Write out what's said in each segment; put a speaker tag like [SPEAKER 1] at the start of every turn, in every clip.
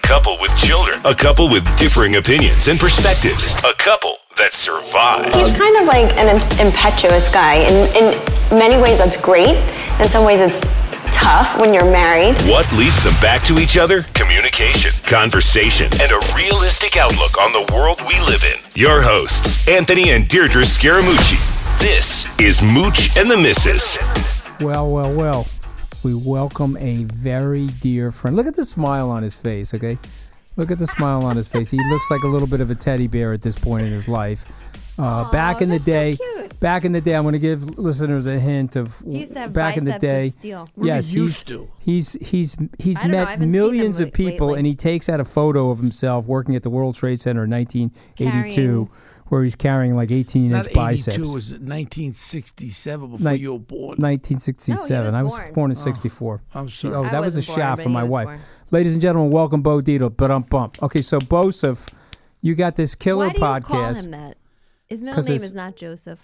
[SPEAKER 1] couple with children, a couple with differing opinions and perspectives, a couple that survived.
[SPEAKER 2] He's kind of like an im- impetuous guy. In, in many ways, that's great. In some ways, it's tough when you're married.
[SPEAKER 1] What leads them back to each other? Communication, conversation, and a realistic outlook on the world we live in. Your hosts, Anthony and Deirdre Scaramucci. This is Mooch and the Missus.
[SPEAKER 3] Well, well, well. We welcome a very dear friend. Look at the smile on his face, okay? Look at the smile on his face. He looks like a little bit of a teddy bear at this point in his life. Uh, back in the day, back in the day, I'm going to give listeners a hint of
[SPEAKER 4] He used to have
[SPEAKER 3] back in the
[SPEAKER 4] biceps of
[SPEAKER 3] day.
[SPEAKER 4] steel. What
[SPEAKER 3] Yes,
[SPEAKER 5] he
[SPEAKER 3] he's,
[SPEAKER 5] used to?
[SPEAKER 3] he's he's he's
[SPEAKER 4] I don't know,
[SPEAKER 3] met
[SPEAKER 4] I haven't seen him
[SPEAKER 3] millions
[SPEAKER 4] li-
[SPEAKER 3] of people,
[SPEAKER 4] lately.
[SPEAKER 3] and he takes out a photo of himself working at the World Trade Center in 1982,
[SPEAKER 4] Carrying-
[SPEAKER 3] where he's carrying like 18
[SPEAKER 5] Not
[SPEAKER 3] inch
[SPEAKER 5] 82,
[SPEAKER 3] biceps.
[SPEAKER 5] it was 1967 before
[SPEAKER 3] Nin-
[SPEAKER 5] you were born.
[SPEAKER 3] 1967.
[SPEAKER 4] No, he
[SPEAKER 3] I
[SPEAKER 4] was
[SPEAKER 3] was
[SPEAKER 4] born.
[SPEAKER 3] born in 64.
[SPEAKER 5] Oh. I'm sorry.
[SPEAKER 3] Oh,
[SPEAKER 4] I
[SPEAKER 3] that was a
[SPEAKER 4] wasn't born,
[SPEAKER 3] shot
[SPEAKER 4] but
[SPEAKER 3] for
[SPEAKER 4] he
[SPEAKER 3] my
[SPEAKER 4] was
[SPEAKER 3] wife.
[SPEAKER 4] born.
[SPEAKER 3] Ladies and gentlemen, welcome Bo Dietl, but um bump. Okay, so Bosef, you got this killer
[SPEAKER 4] Why do
[SPEAKER 3] podcast.
[SPEAKER 4] you call him that? His middle
[SPEAKER 3] 'Cause
[SPEAKER 4] name
[SPEAKER 3] it's-
[SPEAKER 4] is not Joseph.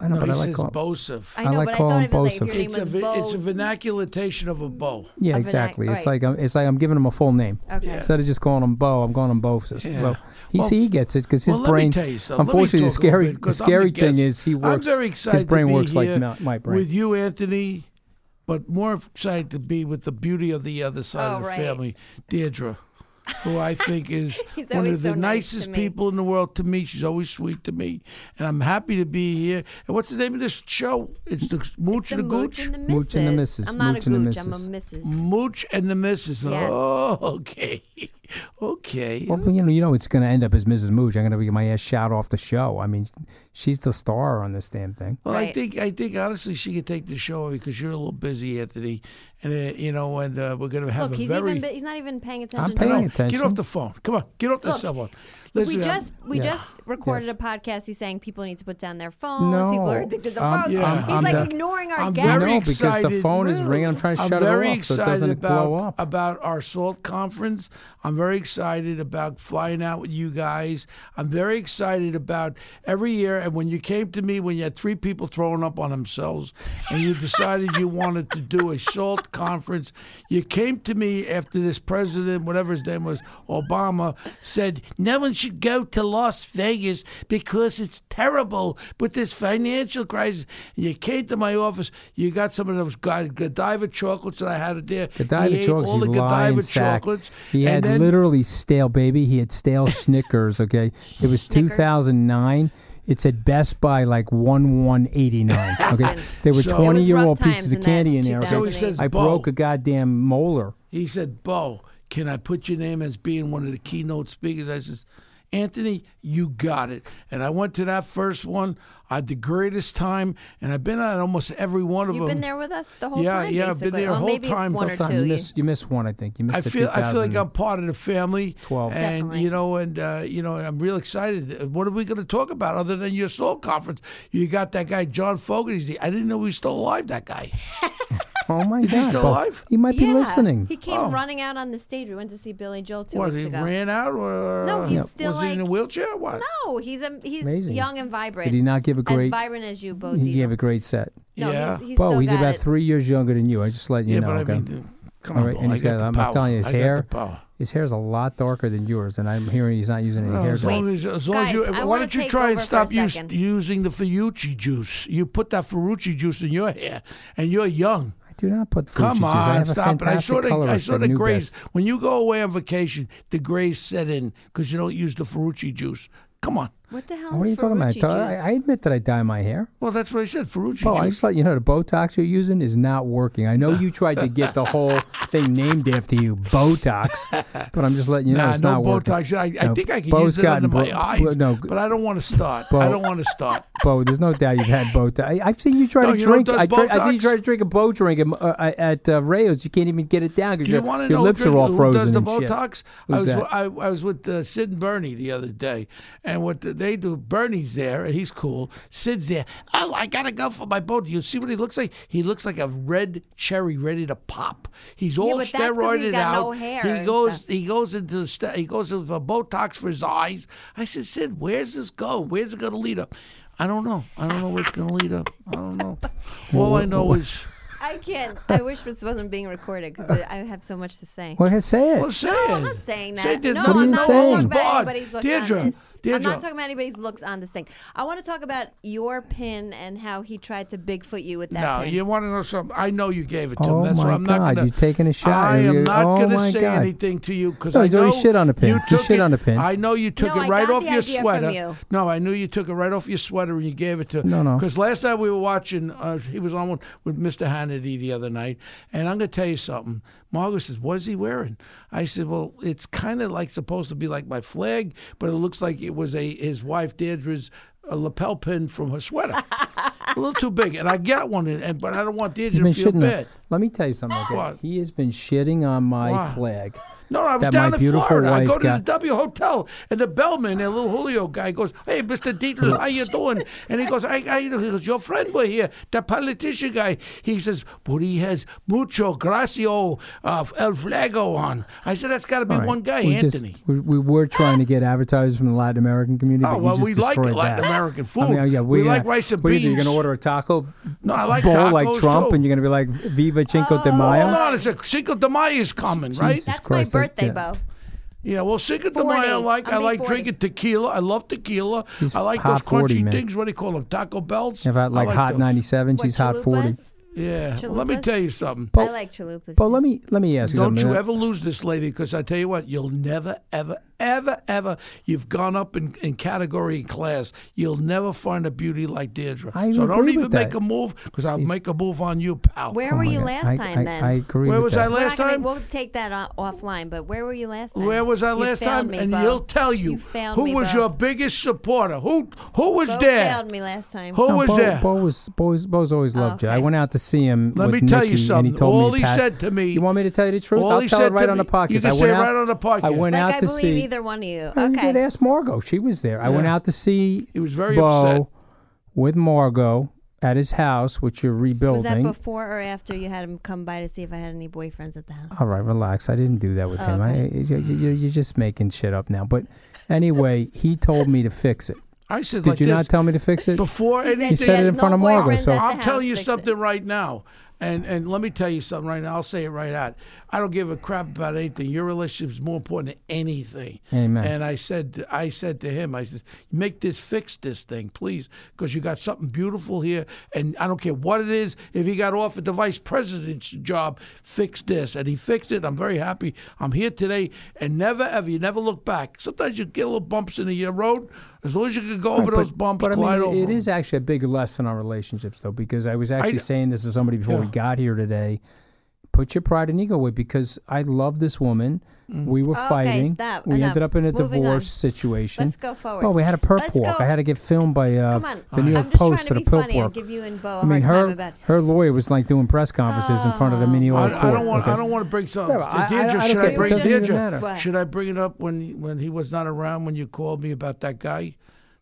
[SPEAKER 3] I know,
[SPEAKER 5] no,
[SPEAKER 3] but
[SPEAKER 5] he
[SPEAKER 3] I like
[SPEAKER 5] says
[SPEAKER 3] call-
[SPEAKER 5] Bosef.
[SPEAKER 4] I
[SPEAKER 3] I
[SPEAKER 4] know,
[SPEAKER 3] like
[SPEAKER 4] but I
[SPEAKER 3] calling
[SPEAKER 4] thought it was
[SPEAKER 3] Bosef.
[SPEAKER 4] like if your
[SPEAKER 5] It's a,
[SPEAKER 4] name
[SPEAKER 5] vi- it's
[SPEAKER 4] was
[SPEAKER 5] a
[SPEAKER 4] Bo.
[SPEAKER 5] vernacularization of a bow.
[SPEAKER 3] Yeah,
[SPEAKER 4] Of an act-
[SPEAKER 3] exactly. It's like
[SPEAKER 4] right.
[SPEAKER 3] I'm, it's like I'm giving him a full name
[SPEAKER 4] Okay.
[SPEAKER 3] instead of just calling him Bo. I'm calling him Bosef.
[SPEAKER 5] Yeah.
[SPEAKER 3] So he
[SPEAKER 5] Well,
[SPEAKER 3] see, he gets it because his
[SPEAKER 5] well, let me
[SPEAKER 3] brain.
[SPEAKER 5] tell you something. Let me
[SPEAKER 3] unfortunately, the
[SPEAKER 5] talk a little
[SPEAKER 3] scary
[SPEAKER 5] bit,
[SPEAKER 3] the
[SPEAKER 5] 'cause I'm
[SPEAKER 3] scary thing
[SPEAKER 5] guest.
[SPEAKER 3] is he works.
[SPEAKER 5] I'm very excited
[SPEAKER 3] his brain
[SPEAKER 5] to be
[SPEAKER 3] works like
[SPEAKER 5] here
[SPEAKER 3] my, my brain.
[SPEAKER 5] With you, Anthony, but more excited to be with the beauty of the other side
[SPEAKER 4] Oh,
[SPEAKER 5] of the
[SPEAKER 4] right.
[SPEAKER 5] family, Deirdre, who I think is
[SPEAKER 4] He's
[SPEAKER 5] one of
[SPEAKER 4] always
[SPEAKER 5] the
[SPEAKER 4] so nice to
[SPEAKER 5] nicest
[SPEAKER 4] me.
[SPEAKER 5] people in the world to me. She's always sweet to me, and I'm happy to be here. And what's the name of this show? It's the Mooch
[SPEAKER 4] the
[SPEAKER 5] and the
[SPEAKER 4] Mooch
[SPEAKER 5] Gooch.
[SPEAKER 4] and the Misses.
[SPEAKER 3] Mooch and the Misses.
[SPEAKER 4] I'm not
[SPEAKER 3] Mooch
[SPEAKER 4] a
[SPEAKER 3] and the
[SPEAKER 4] Gooch. I'm a
[SPEAKER 3] Misses.
[SPEAKER 4] Mrs.
[SPEAKER 5] Mooch and the Misses.
[SPEAKER 4] Yes.
[SPEAKER 5] Oh, okay, okay.
[SPEAKER 3] Well, you know, you know, it's going to end up as Mrs. Mooch. I'm going to be my ass shot off the show. I mean, she's the star on this damn thing.
[SPEAKER 5] Well, I
[SPEAKER 4] Right.
[SPEAKER 5] think I think honestly she could take the show over because you're a little busy, Anthony, and uh, you know, and uh, we're gonna have
[SPEAKER 4] Look,
[SPEAKER 5] a
[SPEAKER 4] he's
[SPEAKER 5] very.
[SPEAKER 4] even bi- he's not even paying attention.
[SPEAKER 3] paying
[SPEAKER 4] to us.
[SPEAKER 3] attention.
[SPEAKER 5] Get off the phone! Come on, get off the
[SPEAKER 4] Look,
[SPEAKER 5] cell phone. uh,
[SPEAKER 4] We
[SPEAKER 5] Listen,
[SPEAKER 4] just we
[SPEAKER 3] Yes.
[SPEAKER 4] just recorded
[SPEAKER 3] Yes.
[SPEAKER 4] a podcast. He's saying people need to put down their phones.
[SPEAKER 3] No.
[SPEAKER 4] People are addicted to
[SPEAKER 3] I'm-
[SPEAKER 4] phones.
[SPEAKER 5] I'm-
[SPEAKER 4] he's
[SPEAKER 5] I'm
[SPEAKER 4] like
[SPEAKER 5] the-
[SPEAKER 4] ignoring our
[SPEAKER 5] I'm
[SPEAKER 4] guests.
[SPEAKER 5] very
[SPEAKER 3] No, because the
[SPEAKER 5] excited.
[SPEAKER 3] phone is ringing. I'm trying to
[SPEAKER 5] I'm
[SPEAKER 3] shut it
[SPEAKER 5] very
[SPEAKER 3] off so it
[SPEAKER 5] excited
[SPEAKER 3] doesn't
[SPEAKER 5] about,
[SPEAKER 3] blow up.
[SPEAKER 5] About our salt conference, I'm very excited about flying out with you guys. I'm very excited about every year. And when you came to me, when you had three people throwing up on themselves, and you decided you wanted to do a salt conference, you came to me after this president, whatever his name was, Obama, said no one should go to Las Vegas because it's terrible with this financial crisis. You came to my office. You got some of those Godiva- Godiva chocolates that I had there.
[SPEAKER 3] Godiva
[SPEAKER 5] He ate
[SPEAKER 3] chocolates,
[SPEAKER 5] all
[SPEAKER 3] you
[SPEAKER 5] the
[SPEAKER 3] lying
[SPEAKER 5] Godiva
[SPEAKER 3] sack.
[SPEAKER 5] chocolates.
[SPEAKER 3] He had
[SPEAKER 5] and then-
[SPEAKER 3] literally stale, baby. He had stale Snickers. Okay, it was 2009. It said Best Buy like one one eighty nine. Okay,
[SPEAKER 4] Listen,
[SPEAKER 3] there were
[SPEAKER 5] So- It was
[SPEAKER 3] 20 year old
[SPEAKER 4] rough
[SPEAKER 3] pieces
[SPEAKER 4] times
[SPEAKER 3] of
[SPEAKER 4] in
[SPEAKER 3] candy
[SPEAKER 4] that
[SPEAKER 3] in there. okay?
[SPEAKER 4] 2008. So he
[SPEAKER 5] says,
[SPEAKER 3] I
[SPEAKER 5] "Bo."
[SPEAKER 3] broke a goddamn molar.
[SPEAKER 5] He said, Bo, can I put your name as being one of the keynote speakers? I says, Anthony, you got it. And I went to that first one. I had the greatest time, and I've been on almost every one of
[SPEAKER 4] You've
[SPEAKER 5] them.
[SPEAKER 4] been there with us the whole
[SPEAKER 5] Yeah,
[SPEAKER 4] time.
[SPEAKER 5] yeah, I've been
[SPEAKER 4] basically.
[SPEAKER 5] there
[SPEAKER 4] well,
[SPEAKER 5] whole
[SPEAKER 4] maybe
[SPEAKER 5] time.
[SPEAKER 4] One or
[SPEAKER 3] Tom,
[SPEAKER 4] two.
[SPEAKER 3] you
[SPEAKER 4] you-
[SPEAKER 3] missed you missed one. I think you missed
[SPEAKER 5] I
[SPEAKER 3] the
[SPEAKER 5] feel I feel like
[SPEAKER 3] 2000.
[SPEAKER 5] I'm part of the family.
[SPEAKER 3] 12.
[SPEAKER 5] And
[SPEAKER 4] Definitely.
[SPEAKER 5] you know, and uh, you know, I'm real excited. What are we going to talk about other than your soul conference? You got that guy John Fogerty. He's the- I didn't know he was still alive. That guy.
[SPEAKER 3] Oh my
[SPEAKER 5] Is he
[SPEAKER 3] god!
[SPEAKER 5] still
[SPEAKER 3] Bo.
[SPEAKER 5] alive?
[SPEAKER 3] He might
[SPEAKER 4] yeah,
[SPEAKER 3] be listening.
[SPEAKER 4] He came
[SPEAKER 5] Oh.
[SPEAKER 4] running out on the stage. We went to see Billy Joel two
[SPEAKER 5] What?
[SPEAKER 4] weeks
[SPEAKER 5] He
[SPEAKER 4] ago.
[SPEAKER 5] ran out, or
[SPEAKER 4] No, he's still
[SPEAKER 5] was he in a
[SPEAKER 4] like-
[SPEAKER 5] wheelchair? What?
[SPEAKER 4] No, he's a, he's
[SPEAKER 3] Amazing.
[SPEAKER 4] young and vibrant.
[SPEAKER 3] Did he not give a
[SPEAKER 4] as
[SPEAKER 3] great?
[SPEAKER 4] vibrant as you, Bo.
[SPEAKER 3] He
[SPEAKER 4] Dietl.
[SPEAKER 3] gave a great set.
[SPEAKER 4] no,
[SPEAKER 5] yeah.
[SPEAKER 4] he's, he's
[SPEAKER 3] Bo,
[SPEAKER 4] still
[SPEAKER 3] he's
[SPEAKER 4] got
[SPEAKER 3] about
[SPEAKER 4] it.
[SPEAKER 3] three years younger than you. I just let you
[SPEAKER 5] yeah,
[SPEAKER 3] know.
[SPEAKER 5] but I
[SPEAKER 3] okay?
[SPEAKER 5] mean, Come on,
[SPEAKER 3] right,
[SPEAKER 5] Bill,
[SPEAKER 3] and
[SPEAKER 5] I
[SPEAKER 3] he's
[SPEAKER 5] got
[SPEAKER 3] got,
[SPEAKER 5] the
[SPEAKER 3] I'm
[SPEAKER 5] power.
[SPEAKER 3] telling you, his
[SPEAKER 5] I got the
[SPEAKER 3] hair,
[SPEAKER 5] power.
[SPEAKER 3] his hair's a lot darker than yours, and I'm hearing he's not using any hair
[SPEAKER 5] as
[SPEAKER 3] dye.
[SPEAKER 5] long as, as long as
[SPEAKER 4] Guys,
[SPEAKER 5] you,
[SPEAKER 4] I
[SPEAKER 5] why
[SPEAKER 4] wanna
[SPEAKER 5] don't you
[SPEAKER 4] take
[SPEAKER 5] try and
[SPEAKER 4] over for
[SPEAKER 5] stop
[SPEAKER 4] a
[SPEAKER 5] us-
[SPEAKER 4] second.
[SPEAKER 5] using the Ferrucci juice? You put that Ferrucci juice in your hair, and you're young.
[SPEAKER 3] I do not put fruit
[SPEAKER 5] Come
[SPEAKER 3] juice. I
[SPEAKER 5] on,
[SPEAKER 3] have a
[SPEAKER 5] stop it! I
[SPEAKER 3] fantastic
[SPEAKER 5] saw the I
[SPEAKER 3] colorist
[SPEAKER 5] saw
[SPEAKER 3] at
[SPEAKER 5] the
[SPEAKER 3] New
[SPEAKER 5] grays.
[SPEAKER 3] Best.
[SPEAKER 5] When you go away on vacation, the grays set in because you don't use the Ferrucci juice. Come on.
[SPEAKER 4] What the hell?
[SPEAKER 3] What are
[SPEAKER 4] is
[SPEAKER 3] you talking about? I,
[SPEAKER 4] Ferrucci
[SPEAKER 3] thought- I-
[SPEAKER 4] juice?
[SPEAKER 3] I admit that I dye my hair.
[SPEAKER 5] Well, that's what I said. Ferrucci
[SPEAKER 3] Oh, I
[SPEAKER 5] juice.
[SPEAKER 3] just let you know the Botox you're using is not working. I know you tried to get the whole thing named after you, Botox, but I'm just letting you know
[SPEAKER 5] Nah,
[SPEAKER 3] it's
[SPEAKER 5] no
[SPEAKER 3] not working.
[SPEAKER 5] Botox. I, I
[SPEAKER 3] No,
[SPEAKER 5] think I can
[SPEAKER 3] Bo's
[SPEAKER 5] use it under
[SPEAKER 3] gotten
[SPEAKER 5] my
[SPEAKER 3] Bo-
[SPEAKER 5] eyes,
[SPEAKER 3] Bo- no,
[SPEAKER 5] but I don't want to start.
[SPEAKER 3] Bo-
[SPEAKER 5] I don't want to start.
[SPEAKER 3] Bo, there's no doubt you've had Botox. I, I've seen you try
[SPEAKER 5] No,
[SPEAKER 3] to
[SPEAKER 5] you know what
[SPEAKER 3] drink.
[SPEAKER 5] does
[SPEAKER 3] I, tried, I think you
[SPEAKER 5] Botox?
[SPEAKER 3] tried to drink a Bo drink at, uh, at uh, Rayos. You can't even get it down because
[SPEAKER 5] Do you
[SPEAKER 3] your,
[SPEAKER 5] want to
[SPEAKER 3] your
[SPEAKER 5] know
[SPEAKER 3] lips
[SPEAKER 5] who,
[SPEAKER 3] are all
[SPEAKER 5] who
[SPEAKER 3] frozen
[SPEAKER 5] does
[SPEAKER 3] and
[SPEAKER 5] the
[SPEAKER 3] shit.
[SPEAKER 5] Botox? I
[SPEAKER 3] Who's
[SPEAKER 5] was
[SPEAKER 3] that?
[SPEAKER 5] I, I was with uh, Sid and Bernie the other day, and what the, they do, Bernie's there, and he's cool. Sid's there. Oh, I gotta go for my Botox. You see what he looks like? He looks like a red cherry ready to pop. He's all
[SPEAKER 4] but that's 'cause
[SPEAKER 5] steroided
[SPEAKER 4] he's got
[SPEAKER 5] out.
[SPEAKER 4] no hair
[SPEAKER 5] he
[SPEAKER 4] and
[SPEAKER 5] goes
[SPEAKER 4] stuff.
[SPEAKER 5] he goes into the st- he goes into a Botox for his eyes. I said, Sid, where's this going? Where's it gonna lead up? I don't know. I don't know where it's gonna lead up. I don't know. All I know is
[SPEAKER 4] I can't. I wish this wasn't being recorded because I have so much to say.
[SPEAKER 3] Well, hey, say
[SPEAKER 5] Well,
[SPEAKER 3] it.
[SPEAKER 5] say
[SPEAKER 4] No, I'm
[SPEAKER 5] it.
[SPEAKER 4] not saying that.
[SPEAKER 5] Say it.
[SPEAKER 4] no,
[SPEAKER 5] What
[SPEAKER 3] are
[SPEAKER 4] I'm
[SPEAKER 3] you
[SPEAKER 4] not
[SPEAKER 3] saying?
[SPEAKER 4] talking about
[SPEAKER 5] Bod,
[SPEAKER 4] anybody's looks
[SPEAKER 5] Deirdre,
[SPEAKER 4] on this. I'm
[SPEAKER 5] Deirdre.
[SPEAKER 4] not talking about anybody's looks on this thing. I want to talk about your pin and how he tried to Bigfoot you with that
[SPEAKER 5] No,
[SPEAKER 4] pin.
[SPEAKER 5] you want to know something? I know you gave it to
[SPEAKER 3] Oh
[SPEAKER 5] him. That's
[SPEAKER 3] my
[SPEAKER 5] why I'm not
[SPEAKER 3] God,
[SPEAKER 5] gonna.
[SPEAKER 3] you're taking a shot.
[SPEAKER 5] I
[SPEAKER 3] You're-
[SPEAKER 5] am not
[SPEAKER 3] oh
[SPEAKER 5] gonna
[SPEAKER 3] my
[SPEAKER 5] say
[SPEAKER 3] God.
[SPEAKER 5] anything to you because
[SPEAKER 3] No,
[SPEAKER 5] I
[SPEAKER 3] he's
[SPEAKER 5] know
[SPEAKER 3] already shit on a pin.
[SPEAKER 5] You
[SPEAKER 3] He
[SPEAKER 5] took
[SPEAKER 3] shit
[SPEAKER 5] it-
[SPEAKER 3] on a pin.
[SPEAKER 5] I know you took
[SPEAKER 4] No,
[SPEAKER 5] it
[SPEAKER 4] I
[SPEAKER 5] right
[SPEAKER 4] got
[SPEAKER 5] off
[SPEAKER 4] the
[SPEAKER 5] your
[SPEAKER 4] idea from
[SPEAKER 5] sweater.
[SPEAKER 4] you.
[SPEAKER 5] No, I knew you took it right off your sweater and you gave it to.
[SPEAKER 3] No, no.
[SPEAKER 5] Because last night we were watching. Uh, he was on one with Mr. Hannity the other night, and I'm gonna tell you something. Margaret says, "What is he wearing?" I said, "Well, it's kind of like supposed to be like my flag, but it looks like it was a his wife Deirdre's." A lapel pin from her sweater, a little too big, and I got one, and but I don't want Deirdre
[SPEAKER 3] He's
[SPEAKER 5] to
[SPEAKER 3] been
[SPEAKER 5] feel
[SPEAKER 3] shitting. on-
[SPEAKER 5] bad.
[SPEAKER 3] Let me tell you something. Okay?
[SPEAKER 5] What?
[SPEAKER 3] He has been shitting on my
[SPEAKER 5] Why?
[SPEAKER 3] flag.
[SPEAKER 5] No, I was
[SPEAKER 3] that
[SPEAKER 5] down
[SPEAKER 3] my
[SPEAKER 5] in
[SPEAKER 3] beautiful
[SPEAKER 5] Florida. I
[SPEAKER 3] wife
[SPEAKER 5] go to
[SPEAKER 3] got-
[SPEAKER 5] the W Hotel, and the bellman, that little Julio guy, goes, "Hey, Mister Dietler, how you doing?" And he goes, "I, I, he goes, your friend were here, the politician guy." He says, "But he has mucho gracio uh, el flago on." I said, "That's got to be
[SPEAKER 3] All right.
[SPEAKER 5] one guy,
[SPEAKER 3] we
[SPEAKER 5] Anthony."
[SPEAKER 3] Just, we, we were trying to get advertisers from the Latin American community,
[SPEAKER 5] Oh,
[SPEAKER 3] but
[SPEAKER 5] well,
[SPEAKER 3] you
[SPEAKER 5] we
[SPEAKER 3] just
[SPEAKER 5] like
[SPEAKER 3] destroyed
[SPEAKER 5] Latin
[SPEAKER 3] that.
[SPEAKER 5] American food.
[SPEAKER 3] I mean, oh, yeah,
[SPEAKER 5] We
[SPEAKER 3] we're
[SPEAKER 5] like
[SPEAKER 3] gonna-
[SPEAKER 5] rice and
[SPEAKER 3] what are you doing? You're
[SPEAKER 5] beans.
[SPEAKER 3] gonna order a taco
[SPEAKER 5] No, I like
[SPEAKER 3] bowl like
[SPEAKER 5] tacos,
[SPEAKER 3] Trump,
[SPEAKER 5] too.
[SPEAKER 3] and you're gonna be like, "Viva Cinco de Mayo."
[SPEAKER 5] Hold on, it's a Cinco de Mayo is coming, right?
[SPEAKER 3] Jesus
[SPEAKER 4] That's my
[SPEAKER 3] Christ, I
[SPEAKER 4] birthday,
[SPEAKER 3] can't.
[SPEAKER 4] Bo.
[SPEAKER 5] Yeah, well, Cinco de
[SPEAKER 4] 40.
[SPEAKER 5] Mayo, I like
[SPEAKER 4] I'll
[SPEAKER 5] I
[SPEAKER 4] be
[SPEAKER 5] like
[SPEAKER 4] 40.
[SPEAKER 5] drinking tequila. I love tequila.
[SPEAKER 3] She's
[SPEAKER 5] I like
[SPEAKER 3] hot
[SPEAKER 5] those
[SPEAKER 3] 40,
[SPEAKER 5] crunchy
[SPEAKER 3] man.
[SPEAKER 5] things. What do you call them? Taco belts.
[SPEAKER 3] If I
[SPEAKER 5] I
[SPEAKER 3] like hot
[SPEAKER 5] those.
[SPEAKER 3] 97, she's hot 40.
[SPEAKER 4] chalupas?
[SPEAKER 5] Yeah. Well, let me
[SPEAKER 4] Chalupas?
[SPEAKER 5] tell you something.
[SPEAKER 4] I like chalupas.
[SPEAKER 3] But let me let me ask you
[SPEAKER 5] Don't
[SPEAKER 3] something.
[SPEAKER 5] you ever lose this lady, because I tell you what, you'll never, ever, ever, ever. You've gone up in, in category and class. You'll never find a beauty like Deirdre.
[SPEAKER 3] I
[SPEAKER 5] so don't
[SPEAKER 3] agree
[SPEAKER 5] even
[SPEAKER 3] with
[SPEAKER 5] make
[SPEAKER 3] that.
[SPEAKER 5] a move, because I'll make a move on you, pal.
[SPEAKER 4] Where
[SPEAKER 3] Oh
[SPEAKER 4] were
[SPEAKER 3] my
[SPEAKER 4] you
[SPEAKER 3] God.
[SPEAKER 4] last
[SPEAKER 3] I-
[SPEAKER 4] time
[SPEAKER 3] I,
[SPEAKER 4] then?
[SPEAKER 3] I agree.
[SPEAKER 5] Where
[SPEAKER 3] with
[SPEAKER 5] was
[SPEAKER 3] that.
[SPEAKER 5] I
[SPEAKER 4] We're
[SPEAKER 5] last
[SPEAKER 4] not gonna-
[SPEAKER 5] time?
[SPEAKER 4] we'll take that o- offline. But where were you last time?
[SPEAKER 5] Where was I
[SPEAKER 4] You
[SPEAKER 5] last
[SPEAKER 4] failed
[SPEAKER 5] time?
[SPEAKER 4] me,
[SPEAKER 5] and
[SPEAKER 4] Bo.
[SPEAKER 5] he'll tell you,
[SPEAKER 4] failed
[SPEAKER 5] who
[SPEAKER 4] me,
[SPEAKER 5] was
[SPEAKER 4] Bo.
[SPEAKER 5] your biggest supporter. Who who was
[SPEAKER 4] Bo
[SPEAKER 5] there?
[SPEAKER 4] failed me last time.
[SPEAKER 5] Who was
[SPEAKER 3] Bo,
[SPEAKER 5] there?
[SPEAKER 3] Bo was Bo's, Bo's always loved you. I
[SPEAKER 4] Oh, okay.
[SPEAKER 3] went out to see him.
[SPEAKER 5] Let
[SPEAKER 3] with
[SPEAKER 5] me tell you
[SPEAKER 3] Nikki, and
[SPEAKER 5] something.
[SPEAKER 3] He told
[SPEAKER 5] All
[SPEAKER 3] me,
[SPEAKER 5] he
[SPEAKER 3] Pat-
[SPEAKER 5] said to me-
[SPEAKER 3] You want me to tell you the truth?
[SPEAKER 5] All
[SPEAKER 3] I'll
[SPEAKER 5] he
[SPEAKER 3] tell
[SPEAKER 5] said
[SPEAKER 3] it right
[SPEAKER 5] to
[SPEAKER 3] on the
[SPEAKER 5] me-
[SPEAKER 3] podcast.
[SPEAKER 5] you can
[SPEAKER 3] I
[SPEAKER 5] say
[SPEAKER 3] went
[SPEAKER 5] it
[SPEAKER 3] out,
[SPEAKER 5] right on the podcast.
[SPEAKER 3] I went
[SPEAKER 4] Like
[SPEAKER 3] out
[SPEAKER 4] I
[SPEAKER 3] to
[SPEAKER 4] believe
[SPEAKER 3] see.
[SPEAKER 4] either one of you.
[SPEAKER 3] Oh, You
[SPEAKER 4] Okay.
[SPEAKER 3] could ask Margot. She was there. I went out to see.
[SPEAKER 5] He was very
[SPEAKER 3] Bo
[SPEAKER 5] upset.
[SPEAKER 3] with Margot at his house, which you're
[SPEAKER 4] Was that
[SPEAKER 3] rebuilding.
[SPEAKER 4] before or after you had him come by to see if I had any boyfriends at the house?
[SPEAKER 3] All right, relax. I didn't do that with him.
[SPEAKER 4] okay.
[SPEAKER 3] I, you, you, you're just making shit up now. But anyway, he told me to fix it.
[SPEAKER 5] I said,
[SPEAKER 3] Did
[SPEAKER 5] like
[SPEAKER 3] you
[SPEAKER 5] this,
[SPEAKER 3] not tell me to fix it?
[SPEAKER 5] before anything.
[SPEAKER 3] He said it in
[SPEAKER 4] no
[SPEAKER 3] front of Margot.
[SPEAKER 4] boyfriends
[SPEAKER 3] So
[SPEAKER 4] at the
[SPEAKER 5] I'm
[SPEAKER 4] house,
[SPEAKER 5] telling you
[SPEAKER 4] fix it.
[SPEAKER 5] something right now. And and let me tell you something right now. I'll say it right out. I don't give a crap about anything. Your relationship is more important than anything.
[SPEAKER 3] Amen.
[SPEAKER 5] And I said I said to him, I said, make this fix this thing, please, because you got something beautiful here, and I don't care what it is. If he got offered the vice president's job, fix this, and he fixed it. I'm very happy. I'm here today, and never ever you never look back. Sometimes you get little bumps in the uh, road. As long as you can go over those bumps,
[SPEAKER 3] but
[SPEAKER 5] glide
[SPEAKER 3] I mean,
[SPEAKER 5] over
[SPEAKER 3] it
[SPEAKER 5] them.
[SPEAKER 3] is actually a big lesson on relationships, though, because I was actually saying this to somebody before we
[SPEAKER 5] Yeah.
[SPEAKER 3] got here today. Put your pride and ego away because I love this woman.
[SPEAKER 5] Mm.
[SPEAKER 3] We were fighting.
[SPEAKER 4] stop,
[SPEAKER 3] we ended
[SPEAKER 4] enough.
[SPEAKER 3] up in a
[SPEAKER 4] Moving
[SPEAKER 3] divorce
[SPEAKER 4] on.
[SPEAKER 3] situation.
[SPEAKER 4] Let's go forward.
[SPEAKER 3] Oh, we had a perp
[SPEAKER 4] Let's
[SPEAKER 3] walk.
[SPEAKER 4] go-
[SPEAKER 3] I had to get filmed by uh,
[SPEAKER 4] Come on.
[SPEAKER 3] the New York
[SPEAKER 4] I'm just
[SPEAKER 3] Post
[SPEAKER 4] trying to
[SPEAKER 3] at a
[SPEAKER 4] be
[SPEAKER 3] perp
[SPEAKER 4] funny.
[SPEAKER 3] walk.
[SPEAKER 4] I'll give you and Bo a
[SPEAKER 3] I mean,
[SPEAKER 4] hard
[SPEAKER 3] her
[SPEAKER 4] time about. Oh.
[SPEAKER 3] her lawyer was like doing press conferences in front of the mini old
[SPEAKER 5] I, I
[SPEAKER 3] court,
[SPEAKER 5] don't want.
[SPEAKER 3] Oh, okay?
[SPEAKER 5] I don't want to bring something.
[SPEAKER 3] Yeah, but I- I-
[SPEAKER 5] Deirdre,
[SPEAKER 3] I don't
[SPEAKER 5] should I
[SPEAKER 3] care. It
[SPEAKER 5] bring
[SPEAKER 3] doesn't even
[SPEAKER 5] Deirdre,
[SPEAKER 3] matter.
[SPEAKER 4] What?
[SPEAKER 5] Should I bring it up when when he was not around when you called me about that guy?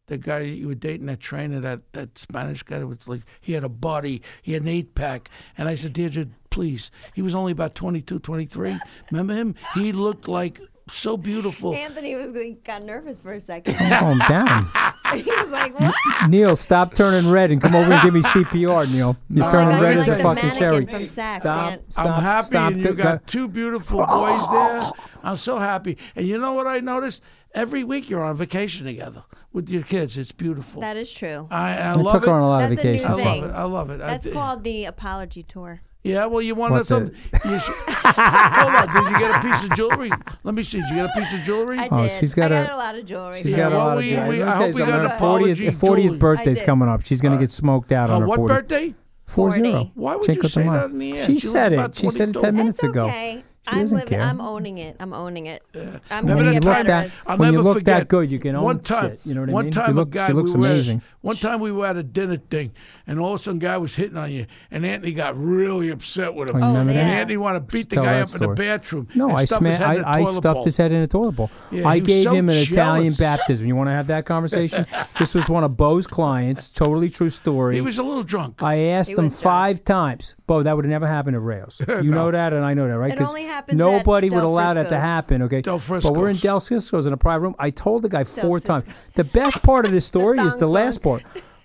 [SPEAKER 5] The guy you were dating, that trainer, that that Spanish guy that was like he had a body, he had an eight pack, and I said, Deirdre, please, he was only about 22, 23. Remember him? He looked like so beautiful.
[SPEAKER 4] Anthony was he got nervous for a second.
[SPEAKER 3] Calm down.
[SPEAKER 4] he was like, what?
[SPEAKER 3] Neil, stop turning red and come over and give me CPR, Neil. You're
[SPEAKER 5] Oh my
[SPEAKER 3] turning
[SPEAKER 5] God,
[SPEAKER 3] red
[SPEAKER 5] you're
[SPEAKER 3] as a
[SPEAKER 5] like the
[SPEAKER 3] fucking cherry.
[SPEAKER 4] mannequin from Saks,
[SPEAKER 3] stop,
[SPEAKER 4] Aunt.
[SPEAKER 3] stop,
[SPEAKER 5] I'm happy,
[SPEAKER 3] stop.
[SPEAKER 5] and you
[SPEAKER 3] Th- th-
[SPEAKER 5] got two beautiful boys there. I'm so happy. And you know what I noticed? Every week you're on vacation together with your kids. It's beautiful.
[SPEAKER 4] That is true.
[SPEAKER 5] I, I
[SPEAKER 3] I
[SPEAKER 5] love
[SPEAKER 3] took
[SPEAKER 5] it.
[SPEAKER 3] her on a lot of
[SPEAKER 4] That's a new
[SPEAKER 5] I
[SPEAKER 3] vacations.
[SPEAKER 4] thing.
[SPEAKER 5] love it. I love it. I
[SPEAKER 4] That's
[SPEAKER 5] d-
[SPEAKER 4] called the apology tour.
[SPEAKER 5] Yeah, well, you want to
[SPEAKER 3] What's it?
[SPEAKER 5] something. You should, hold on. Did you get a piece of jewelry? Let me see. Did you get a piece of jewelry?
[SPEAKER 4] I
[SPEAKER 3] Oh,
[SPEAKER 4] did.
[SPEAKER 3] she's got
[SPEAKER 4] I
[SPEAKER 3] a-
[SPEAKER 4] got a lot of jewelry.
[SPEAKER 3] She's
[SPEAKER 5] Yeah,
[SPEAKER 3] got a
[SPEAKER 5] well,
[SPEAKER 3] lot
[SPEAKER 5] we-
[SPEAKER 3] of
[SPEAKER 5] we-
[SPEAKER 3] jewelry.
[SPEAKER 5] I hope we got an apology,
[SPEAKER 3] her 40th
[SPEAKER 5] Julie.
[SPEAKER 3] birthday's
[SPEAKER 4] I did.
[SPEAKER 3] coming up. She's going to get smoked out
[SPEAKER 5] Uh,
[SPEAKER 3] on her
[SPEAKER 5] what
[SPEAKER 3] 40th.
[SPEAKER 5] birthday?
[SPEAKER 3] 40.
[SPEAKER 4] 40.
[SPEAKER 5] Why would
[SPEAKER 3] Cinco
[SPEAKER 5] you
[SPEAKER 3] de
[SPEAKER 5] say
[SPEAKER 3] Mayo.
[SPEAKER 5] that in the air?
[SPEAKER 3] She
[SPEAKER 5] She was
[SPEAKER 3] said it.
[SPEAKER 5] about
[SPEAKER 3] She said it
[SPEAKER 5] 22.
[SPEAKER 3] 10 minutes
[SPEAKER 4] It's
[SPEAKER 3] ago.
[SPEAKER 4] okay.
[SPEAKER 3] She
[SPEAKER 4] I'm,
[SPEAKER 3] doesn't
[SPEAKER 4] living-
[SPEAKER 3] care.
[SPEAKER 4] I'm owning it. I'm owning it. I'm
[SPEAKER 5] Remember
[SPEAKER 4] gonna
[SPEAKER 3] when you
[SPEAKER 5] that
[SPEAKER 4] get
[SPEAKER 3] look
[SPEAKER 5] time?
[SPEAKER 4] better.
[SPEAKER 3] that,
[SPEAKER 4] at it.
[SPEAKER 5] I'll
[SPEAKER 3] when you
[SPEAKER 5] never
[SPEAKER 3] look
[SPEAKER 5] forget.
[SPEAKER 3] that good, you can own
[SPEAKER 5] one time,
[SPEAKER 3] shit. You know what I
[SPEAKER 5] One
[SPEAKER 3] mean?
[SPEAKER 5] time,
[SPEAKER 3] you look,
[SPEAKER 5] a guy
[SPEAKER 3] she looks
[SPEAKER 5] we were-
[SPEAKER 3] amazing.
[SPEAKER 5] one time we were at a dinner thing, and all of a sudden, guy was hitting on you, and Anthony got really upset with him.
[SPEAKER 3] Oh, you remember
[SPEAKER 5] and
[SPEAKER 3] that?
[SPEAKER 5] Anthony wanted to beat the
[SPEAKER 3] Tell
[SPEAKER 5] guy
[SPEAKER 3] that
[SPEAKER 5] up in the
[SPEAKER 3] story.
[SPEAKER 5] bathroom.
[SPEAKER 3] No,
[SPEAKER 5] and
[SPEAKER 3] I,
[SPEAKER 5] stuff his
[SPEAKER 3] sma-
[SPEAKER 5] head in a
[SPEAKER 3] I, I
[SPEAKER 5] toilet
[SPEAKER 3] stuffed
[SPEAKER 5] bowl.
[SPEAKER 3] his head in a toilet bowl.
[SPEAKER 5] Yeah,
[SPEAKER 3] I
[SPEAKER 5] he was
[SPEAKER 3] gave
[SPEAKER 5] so
[SPEAKER 3] him an
[SPEAKER 5] jealous.
[SPEAKER 3] Italian baptism. You want to have that conversation? this was one of Bo's clients. Totally true story.
[SPEAKER 5] He was a little drunk.
[SPEAKER 3] I asked him
[SPEAKER 4] was drunk.
[SPEAKER 3] five times, Bo. That would have never happened at Rails. You know that, and I know that, right?
[SPEAKER 4] It
[SPEAKER 3] 'Cause
[SPEAKER 4] only happens
[SPEAKER 3] nobody
[SPEAKER 4] at
[SPEAKER 3] would
[SPEAKER 4] Del
[SPEAKER 3] allow that to
[SPEAKER 4] Frisco's.
[SPEAKER 3] happen. Okay,
[SPEAKER 5] Del
[SPEAKER 3] but we're in
[SPEAKER 5] Frisco's.
[SPEAKER 3] Del Cisco's in a private room. I told the guy four
[SPEAKER 4] Frisco's.
[SPEAKER 3] times. The best part of this story is
[SPEAKER 4] thong
[SPEAKER 3] the
[SPEAKER 4] song.
[SPEAKER 3] last part.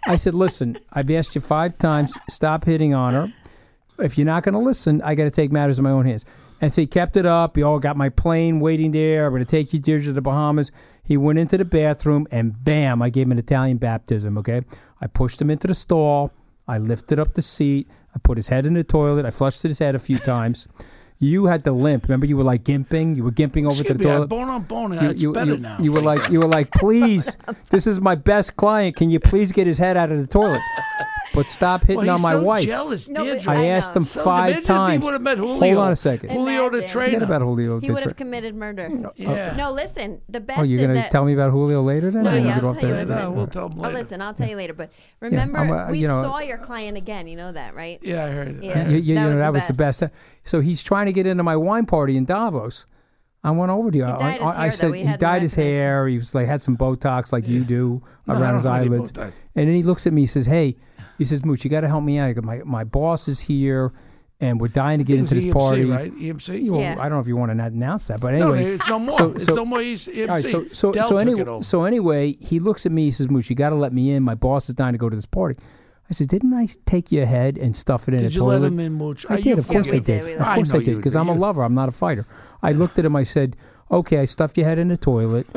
[SPEAKER 3] I said, "Listen, I've asked you five times. Stop hitting on her. If you're not going to listen, I got to take matters in my own hands." And so he kept it up. He all got my plane waiting there. I'm going to take you, Deirdre, to the Bahamas. He went into the bathroom, and bam, I gave him an Italian baptism. Okay, I pushed him into the stall. I lifted up the seat. I put his head in the toilet. I flushed his head a few times. You had to limp. Remember, you were like gimping. You were gimping over
[SPEAKER 5] Excuse
[SPEAKER 3] to the
[SPEAKER 5] me, I
[SPEAKER 3] toilet
[SPEAKER 5] bone on bone. It's better now.
[SPEAKER 3] you were like, you were like, please, this is my best client. Can you please get his head out of the toilet? But stop hitting
[SPEAKER 5] well, he's
[SPEAKER 3] on my
[SPEAKER 5] so
[SPEAKER 3] wife.
[SPEAKER 5] Jealous,
[SPEAKER 4] No, but
[SPEAKER 5] Deirdre.
[SPEAKER 3] I
[SPEAKER 4] I
[SPEAKER 3] asked
[SPEAKER 4] know.
[SPEAKER 3] him
[SPEAKER 5] So
[SPEAKER 3] five
[SPEAKER 5] imagine if he
[SPEAKER 3] times.
[SPEAKER 5] would've met
[SPEAKER 3] Hold
[SPEAKER 5] Julio.
[SPEAKER 3] on a second.
[SPEAKER 4] And-
[SPEAKER 5] Julio the
[SPEAKER 4] Imagine.
[SPEAKER 3] Forget
[SPEAKER 5] trainer.
[SPEAKER 3] about Julio.
[SPEAKER 4] He
[SPEAKER 3] the
[SPEAKER 4] would have
[SPEAKER 3] tra-
[SPEAKER 4] committed murder.
[SPEAKER 5] yeah.
[SPEAKER 4] No, listen. The best
[SPEAKER 3] oh, you're
[SPEAKER 4] is
[SPEAKER 3] gonna
[SPEAKER 4] that.
[SPEAKER 3] tell me about Julio later? Then
[SPEAKER 4] No,
[SPEAKER 3] I'm gonna
[SPEAKER 4] yeah,
[SPEAKER 3] get
[SPEAKER 4] I'll
[SPEAKER 3] off
[SPEAKER 4] tell
[SPEAKER 3] the-
[SPEAKER 4] you
[SPEAKER 5] No,
[SPEAKER 4] later.
[SPEAKER 5] we'll tell him
[SPEAKER 4] Oh,
[SPEAKER 5] later.
[SPEAKER 4] listen, I'll tell you later. But remember,
[SPEAKER 3] I'm, uh,
[SPEAKER 4] we
[SPEAKER 3] you know-
[SPEAKER 4] saw your client again. You know that, right?
[SPEAKER 5] Yeah, I heard.
[SPEAKER 4] Yeah.
[SPEAKER 3] You, you
[SPEAKER 4] That
[SPEAKER 3] know,
[SPEAKER 4] was the
[SPEAKER 3] that was the best. So he's trying to get into my wine party in Davos. I went over to you. I,
[SPEAKER 4] dyed
[SPEAKER 3] I-
[SPEAKER 4] his
[SPEAKER 3] I
[SPEAKER 4] hair, though.
[SPEAKER 3] said
[SPEAKER 4] We
[SPEAKER 3] he
[SPEAKER 4] had to
[SPEAKER 3] dyed his
[SPEAKER 4] recognize him.
[SPEAKER 3] hair. He was like had some Botox, like you do,
[SPEAKER 5] I
[SPEAKER 3] around
[SPEAKER 5] don't
[SPEAKER 3] his
[SPEAKER 5] have any
[SPEAKER 3] eyelids.
[SPEAKER 5] Botox.
[SPEAKER 3] And then he looks at me. He says, "Hey," he says, "Mooch, you got to help me out. I got My my boss is here, and we're dying to get
[SPEAKER 5] It was
[SPEAKER 3] into this
[SPEAKER 5] EMC,
[SPEAKER 3] party.
[SPEAKER 5] right? E EMC.
[SPEAKER 3] Well,
[SPEAKER 4] Yeah.
[SPEAKER 3] I don't know if you want to not announce that, but
[SPEAKER 5] No,
[SPEAKER 3] anyway,
[SPEAKER 5] it's no more.
[SPEAKER 3] So-
[SPEAKER 5] it's
[SPEAKER 3] so-
[SPEAKER 5] no more. He's, EMC.
[SPEAKER 3] all right, so so
[SPEAKER 5] Dell
[SPEAKER 3] so
[SPEAKER 5] took
[SPEAKER 3] anyway,
[SPEAKER 5] it over.
[SPEAKER 3] so anyway, he looks at me. He says, "Mooch, you got to let me in. My boss is dying to go to this party." I said, "Didn't I take your head and stuff it in
[SPEAKER 5] Did
[SPEAKER 3] a
[SPEAKER 5] you
[SPEAKER 3] toilet?"
[SPEAKER 5] let him in, Mooch? Are
[SPEAKER 3] I
[SPEAKER 5] you
[SPEAKER 3] did, of
[SPEAKER 5] fucking-
[SPEAKER 3] course I
[SPEAKER 4] we did,
[SPEAKER 3] did.
[SPEAKER 4] we
[SPEAKER 3] Of
[SPEAKER 5] I
[SPEAKER 3] course
[SPEAKER 5] know
[SPEAKER 3] I
[SPEAKER 5] you
[SPEAKER 3] did, because
[SPEAKER 5] did.
[SPEAKER 3] I'm a
[SPEAKER 5] You-
[SPEAKER 3] lover. I'm not a fighter. I looked at him. I said, "Okay, I stuffed your head in the toilet.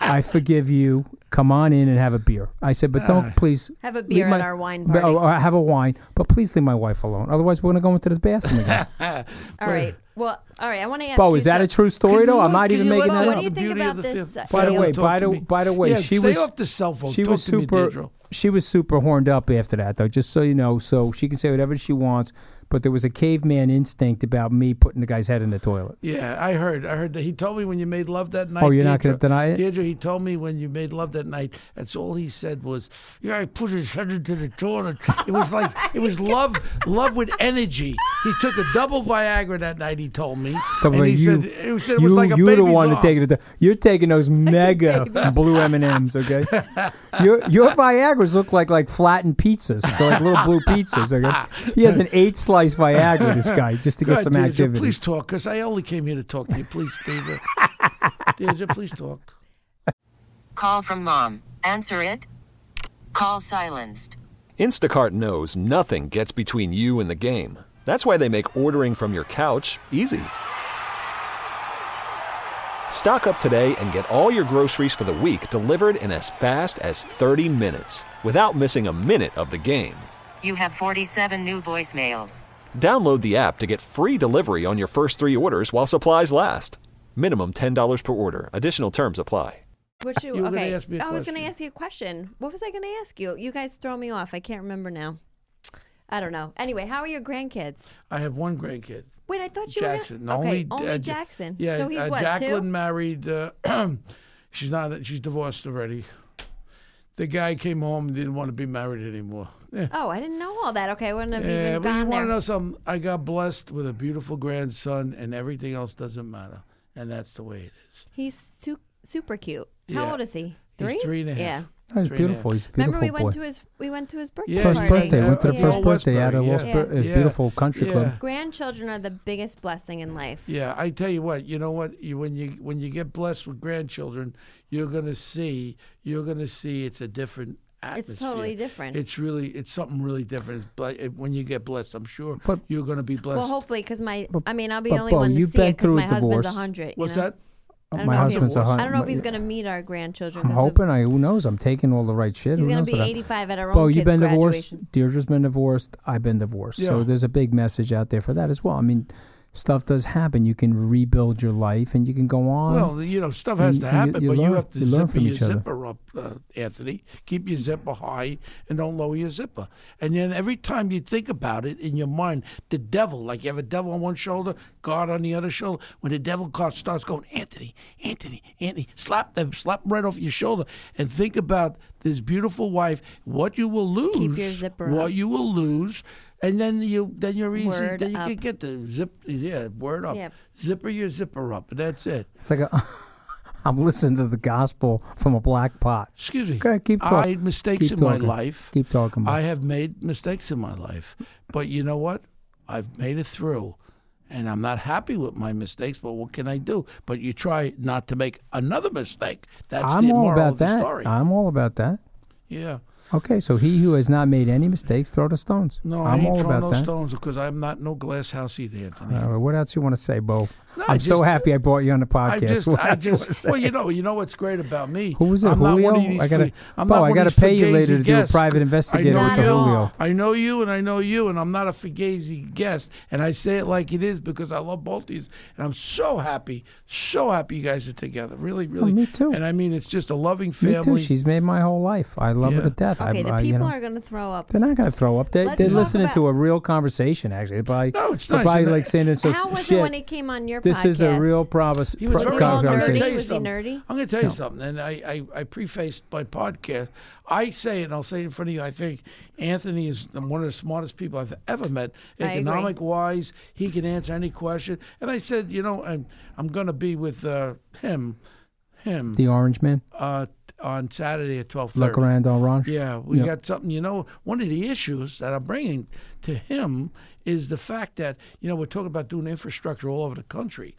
[SPEAKER 3] I forgive you. Come on in and have a beer." I said, "But
[SPEAKER 5] Ah.
[SPEAKER 3] don't please
[SPEAKER 4] Have a
[SPEAKER 3] leave
[SPEAKER 4] beer at
[SPEAKER 3] my-
[SPEAKER 4] our wine
[SPEAKER 3] but- oh,
[SPEAKER 4] party.
[SPEAKER 3] Or, or have a wine, but please leave my wife alone. Otherwise, we're gonna go into this bathroom again."
[SPEAKER 4] All right. Well, all right. I want to ask.
[SPEAKER 3] Bo,
[SPEAKER 4] you
[SPEAKER 3] is that a
[SPEAKER 4] some-
[SPEAKER 3] true story
[SPEAKER 5] Can you
[SPEAKER 3] though? I'm
[SPEAKER 5] let-
[SPEAKER 3] not
[SPEAKER 5] can
[SPEAKER 3] even
[SPEAKER 5] you let
[SPEAKER 3] making that
[SPEAKER 5] him
[SPEAKER 4] Bo,
[SPEAKER 5] out
[SPEAKER 4] what do you
[SPEAKER 3] up.
[SPEAKER 5] the
[SPEAKER 4] think
[SPEAKER 5] beauty
[SPEAKER 4] about
[SPEAKER 5] of the
[SPEAKER 4] this,
[SPEAKER 5] fifth?
[SPEAKER 4] uh,
[SPEAKER 3] By the
[SPEAKER 4] Dale?
[SPEAKER 3] way,
[SPEAKER 5] Talk
[SPEAKER 3] by
[SPEAKER 5] to
[SPEAKER 3] the
[SPEAKER 5] me.
[SPEAKER 3] by the way,
[SPEAKER 5] Yeah,
[SPEAKER 3] she
[SPEAKER 5] stay
[SPEAKER 3] was
[SPEAKER 5] off the cell phone.
[SPEAKER 3] She
[SPEAKER 5] Talk
[SPEAKER 3] was
[SPEAKER 5] to me,
[SPEAKER 3] super.
[SPEAKER 5] Deirdre.
[SPEAKER 3] she was super horned up after that, though. Just so you know, so she can say whatever she wants. But there was a caveman instinct about me putting the guy's head in the toilet.
[SPEAKER 5] Yeah, I heard. I heard that he told me when you made love that night.
[SPEAKER 3] Oh, you're not
[SPEAKER 5] Deirdre-
[SPEAKER 3] gonna deny it?
[SPEAKER 5] Deirdre, he told me when you made love that night. That's all he said was, "Yeah, I put his head into the toilet." It was like it was love, love with energy. He took a double Viagra that night. He told me.
[SPEAKER 3] Talk
[SPEAKER 5] and
[SPEAKER 3] about
[SPEAKER 5] he
[SPEAKER 3] you,
[SPEAKER 5] said it was, it was
[SPEAKER 3] you,
[SPEAKER 5] like a
[SPEAKER 3] you the
[SPEAKER 5] baby's
[SPEAKER 3] one to
[SPEAKER 5] arm.
[SPEAKER 3] take it. to the- You're taking those mega blue M and M's, okay? Your your Viagra's look like like flattened pizzas, they're like little blue pizzas. Okay, he has an eight slice Viagra. This guy just to
[SPEAKER 5] Go
[SPEAKER 3] get
[SPEAKER 5] ahead,
[SPEAKER 3] some
[SPEAKER 5] Deirdre,
[SPEAKER 3] activity.
[SPEAKER 5] Please talk, because I only came here to talk to you. Please, Deirdre. Deirdre, please talk.
[SPEAKER 6] Call from mom. Answer it. Call silenced.
[SPEAKER 7] Instacart knows nothing gets between you and the game. That's why they make ordering from your couch easy. Stock up today and get all your groceries for the week delivered in as fast as 30 minutes without missing a minute of the game.
[SPEAKER 6] You have 47 new voicemails.
[SPEAKER 7] Download the app to get free delivery on your first three orders while supplies last. Minimum $10 per order. Additional terms apply.
[SPEAKER 4] What you,
[SPEAKER 5] You were gonna
[SPEAKER 4] okay.
[SPEAKER 5] ask me a
[SPEAKER 4] I was going to
[SPEAKER 5] question.
[SPEAKER 4] ask you a question. What was I going to ask you? You guys throw me off. I can't remember now. I don't know. Anyway, how are your grandkids?
[SPEAKER 5] I have one grandkid,
[SPEAKER 4] Wait, I thought you
[SPEAKER 5] Jackson.
[SPEAKER 4] were.
[SPEAKER 5] only,
[SPEAKER 4] Okay, only
[SPEAKER 5] uh, J-
[SPEAKER 4] Jackson.
[SPEAKER 5] Yeah,
[SPEAKER 4] So he's
[SPEAKER 5] uh,
[SPEAKER 4] what?
[SPEAKER 5] Jacqueline
[SPEAKER 4] two?
[SPEAKER 5] married. Uh, she's not. She's divorced already. The guy came home and didn't want to be married anymore. Yeah,
[SPEAKER 4] Oh, I didn't know all that. Okay, I wouldn't have
[SPEAKER 5] yeah
[SPEAKER 4] even
[SPEAKER 5] but you
[SPEAKER 4] gone
[SPEAKER 5] want to
[SPEAKER 4] there.
[SPEAKER 5] know something? I got blessed with a beautiful grandson, and everything else doesn't matter. And that's the way it is.
[SPEAKER 4] He's su- super cute. How
[SPEAKER 5] Yeah.
[SPEAKER 4] old is he?
[SPEAKER 5] He's
[SPEAKER 4] Three.
[SPEAKER 5] three and a half.
[SPEAKER 4] Yeah.
[SPEAKER 3] That was beautiful. He's a beautiful
[SPEAKER 4] Remember, we
[SPEAKER 3] boy.
[SPEAKER 4] went to his we went to his birthday
[SPEAKER 5] Yeah,
[SPEAKER 3] first
[SPEAKER 4] party.
[SPEAKER 3] birthday. Went to the
[SPEAKER 5] Yeah.
[SPEAKER 3] first
[SPEAKER 5] Westbury,
[SPEAKER 3] birthday at a
[SPEAKER 5] yeah.
[SPEAKER 3] little sp- a
[SPEAKER 5] Yeah.
[SPEAKER 3] uh, beautiful country
[SPEAKER 5] Yeah.
[SPEAKER 3] club.
[SPEAKER 4] Grandchildren are the biggest blessing in life.
[SPEAKER 5] Yeah, I tell you what, you know what, you, when you when you get blessed with grandchildren, you're gonna see, you're gonna see, it's a different atmosphere.
[SPEAKER 4] totally different.
[SPEAKER 5] It's really, it's something really different. It's, bl- it, when you get blessed, I'm sure
[SPEAKER 3] But-
[SPEAKER 5] you're gonna be blessed.
[SPEAKER 4] Well, hopefully, because my I mean, I'll be
[SPEAKER 3] but
[SPEAKER 4] the only
[SPEAKER 3] Bo,
[SPEAKER 4] one to
[SPEAKER 3] you've
[SPEAKER 4] see
[SPEAKER 3] been
[SPEAKER 4] it because
[SPEAKER 3] through a
[SPEAKER 4] my husband's
[SPEAKER 3] divorce.
[SPEAKER 4] hundred.
[SPEAKER 5] What's
[SPEAKER 4] you know?
[SPEAKER 5] that?
[SPEAKER 4] I don't
[SPEAKER 3] My
[SPEAKER 4] know if
[SPEAKER 3] husband's
[SPEAKER 4] he'll-
[SPEAKER 3] a hun-
[SPEAKER 4] I don't know if he's
[SPEAKER 3] my-
[SPEAKER 4] going to meet our grandchildren.
[SPEAKER 3] I'm
[SPEAKER 4] 'cause of-
[SPEAKER 3] hoping. I who knows? I'm taking all the right shit. who
[SPEAKER 4] He's gonna
[SPEAKER 3] knows
[SPEAKER 4] be
[SPEAKER 3] what I'm-
[SPEAKER 4] 85 at our
[SPEAKER 3] Bo,
[SPEAKER 4] own
[SPEAKER 3] you've
[SPEAKER 4] kid's
[SPEAKER 3] been divorced.
[SPEAKER 4] graduation.
[SPEAKER 3] Deirdre's been divorced. I've been divorced. So
[SPEAKER 5] Yeah.
[SPEAKER 3] there's a big message out there for that as well. I mean, stuff does happen. You can rebuild your life and you can go on.
[SPEAKER 5] Well, you know, stuff has
[SPEAKER 3] And-
[SPEAKER 5] to
[SPEAKER 3] and you-
[SPEAKER 5] happen,
[SPEAKER 3] you
[SPEAKER 5] but
[SPEAKER 3] learn-
[SPEAKER 5] you have to
[SPEAKER 3] you learn
[SPEAKER 5] zipper
[SPEAKER 3] from
[SPEAKER 5] your
[SPEAKER 3] each other.
[SPEAKER 5] zipper up, uh, Anthony. Keep your zipper high and don't lower your zipper. And then every time you think about it in your mind, the devil, like you have a devil on one shoulder, God on the other shoulder. When the devil co- starts going, Anthony, Anthony, Anthony, slap them, slap them right off your shoulder, and think about this beautiful wife, what you will lose,
[SPEAKER 4] Keep your zipper
[SPEAKER 5] what
[SPEAKER 4] up.
[SPEAKER 5] you will lose. And then you, then you're easy.
[SPEAKER 4] Word
[SPEAKER 5] then you
[SPEAKER 4] up.
[SPEAKER 5] can get the zip, yeah, word up,
[SPEAKER 4] Yep.
[SPEAKER 5] zipper your zipper up, and that's it.
[SPEAKER 3] it's like a, I'm listening to the gospel from a black pot.
[SPEAKER 5] Excuse me.
[SPEAKER 3] Go ahead, keep
[SPEAKER 5] I
[SPEAKER 3] talking.
[SPEAKER 5] made mistakes
[SPEAKER 3] Keep
[SPEAKER 5] in
[SPEAKER 3] talking.
[SPEAKER 5] my life.
[SPEAKER 3] Keep talking, Bo.
[SPEAKER 5] I have made mistakes in my life, but you know what? I've made it through, and I'm not happy with my mistakes. But what can I do? But you try not to make another mistake. That's
[SPEAKER 3] I'm
[SPEAKER 5] the
[SPEAKER 3] all
[SPEAKER 5] moral
[SPEAKER 3] about
[SPEAKER 5] of the
[SPEAKER 3] that.
[SPEAKER 5] story.
[SPEAKER 3] I'm all about that.
[SPEAKER 5] yeah.
[SPEAKER 3] Okay, so he who has not made any mistakes, throw the stones.
[SPEAKER 5] No, I
[SPEAKER 3] I'm
[SPEAKER 5] ain't
[SPEAKER 3] all
[SPEAKER 5] throwing
[SPEAKER 3] about
[SPEAKER 5] no
[SPEAKER 3] that.
[SPEAKER 5] stones because I'm not no glass house either, Anthony.
[SPEAKER 3] All right, what else you want to say, Bo?
[SPEAKER 5] No, I
[SPEAKER 3] I'm so
[SPEAKER 5] just-
[SPEAKER 3] happy I brought you on the podcast.
[SPEAKER 5] I just,
[SPEAKER 3] What
[SPEAKER 5] I
[SPEAKER 3] else you wanna
[SPEAKER 5] just.
[SPEAKER 3] say?
[SPEAKER 5] Well, you know, you know what's great about me.
[SPEAKER 3] Who was it,
[SPEAKER 5] I'm Not one
[SPEAKER 3] Julio?
[SPEAKER 5] of these
[SPEAKER 3] I gotta-
[SPEAKER 5] fig- I'm
[SPEAKER 3] Bo,
[SPEAKER 5] not
[SPEAKER 3] I
[SPEAKER 5] one
[SPEAKER 3] gotta
[SPEAKER 5] of these
[SPEAKER 3] pay you
[SPEAKER 5] fugazi
[SPEAKER 3] later to do a
[SPEAKER 5] guests.
[SPEAKER 3] private investigator
[SPEAKER 5] I know
[SPEAKER 4] with the
[SPEAKER 5] you,
[SPEAKER 3] Julio.
[SPEAKER 5] I know you, and I know you, and I'm not a fugazi guest, and I say it like it is because I love both these, and I'm so happy, so happy you guys are together. Really, really.
[SPEAKER 3] Oh, me too.
[SPEAKER 5] And I mean, it's just a loving
[SPEAKER 3] Me
[SPEAKER 5] family.
[SPEAKER 3] too. She's made my whole life. I love her
[SPEAKER 5] Yeah.
[SPEAKER 3] to death. I-
[SPEAKER 4] Okay, the
[SPEAKER 3] I, you
[SPEAKER 4] people
[SPEAKER 3] know,
[SPEAKER 4] are going to throw up.
[SPEAKER 3] They're not going to throw up. They,
[SPEAKER 4] Let's
[SPEAKER 3] they're
[SPEAKER 4] talk
[SPEAKER 3] listening to
[SPEAKER 4] about-
[SPEAKER 3] a real conversation, actually. They're probably,
[SPEAKER 5] No, it's
[SPEAKER 3] they're
[SPEAKER 5] nice.
[SPEAKER 3] probably
[SPEAKER 5] And
[SPEAKER 3] like
[SPEAKER 5] that-
[SPEAKER 3] saying it's
[SPEAKER 4] How
[SPEAKER 3] just
[SPEAKER 4] was
[SPEAKER 3] shit.
[SPEAKER 4] it when he came on your podcast?
[SPEAKER 3] this is a real promise.
[SPEAKER 5] He was
[SPEAKER 4] Pro-
[SPEAKER 5] very
[SPEAKER 4] he all
[SPEAKER 5] nice.
[SPEAKER 4] nerdy?
[SPEAKER 5] I'll tell you
[SPEAKER 4] Was he
[SPEAKER 5] something.
[SPEAKER 4] nerdy?
[SPEAKER 5] I'm going to tell you something, and I, I, I prefaced my podcast. I say it, and I'll say it in front of you. I think Anthony is the- one of the smartest people I've ever met,
[SPEAKER 4] agree.
[SPEAKER 5] economic wise. He can answer any question. And I said, you know, I'm, I'm going to be with uh, him, him
[SPEAKER 3] The Orange Man,
[SPEAKER 5] uh, on Saturday at 12:30.
[SPEAKER 3] Look around, all wrong.
[SPEAKER 5] Yeah, we
[SPEAKER 3] Yeah.
[SPEAKER 5] got something. You know, one of the issues that I'm bringing to him is the fact that you know we're talking about doing infrastructure all over the country.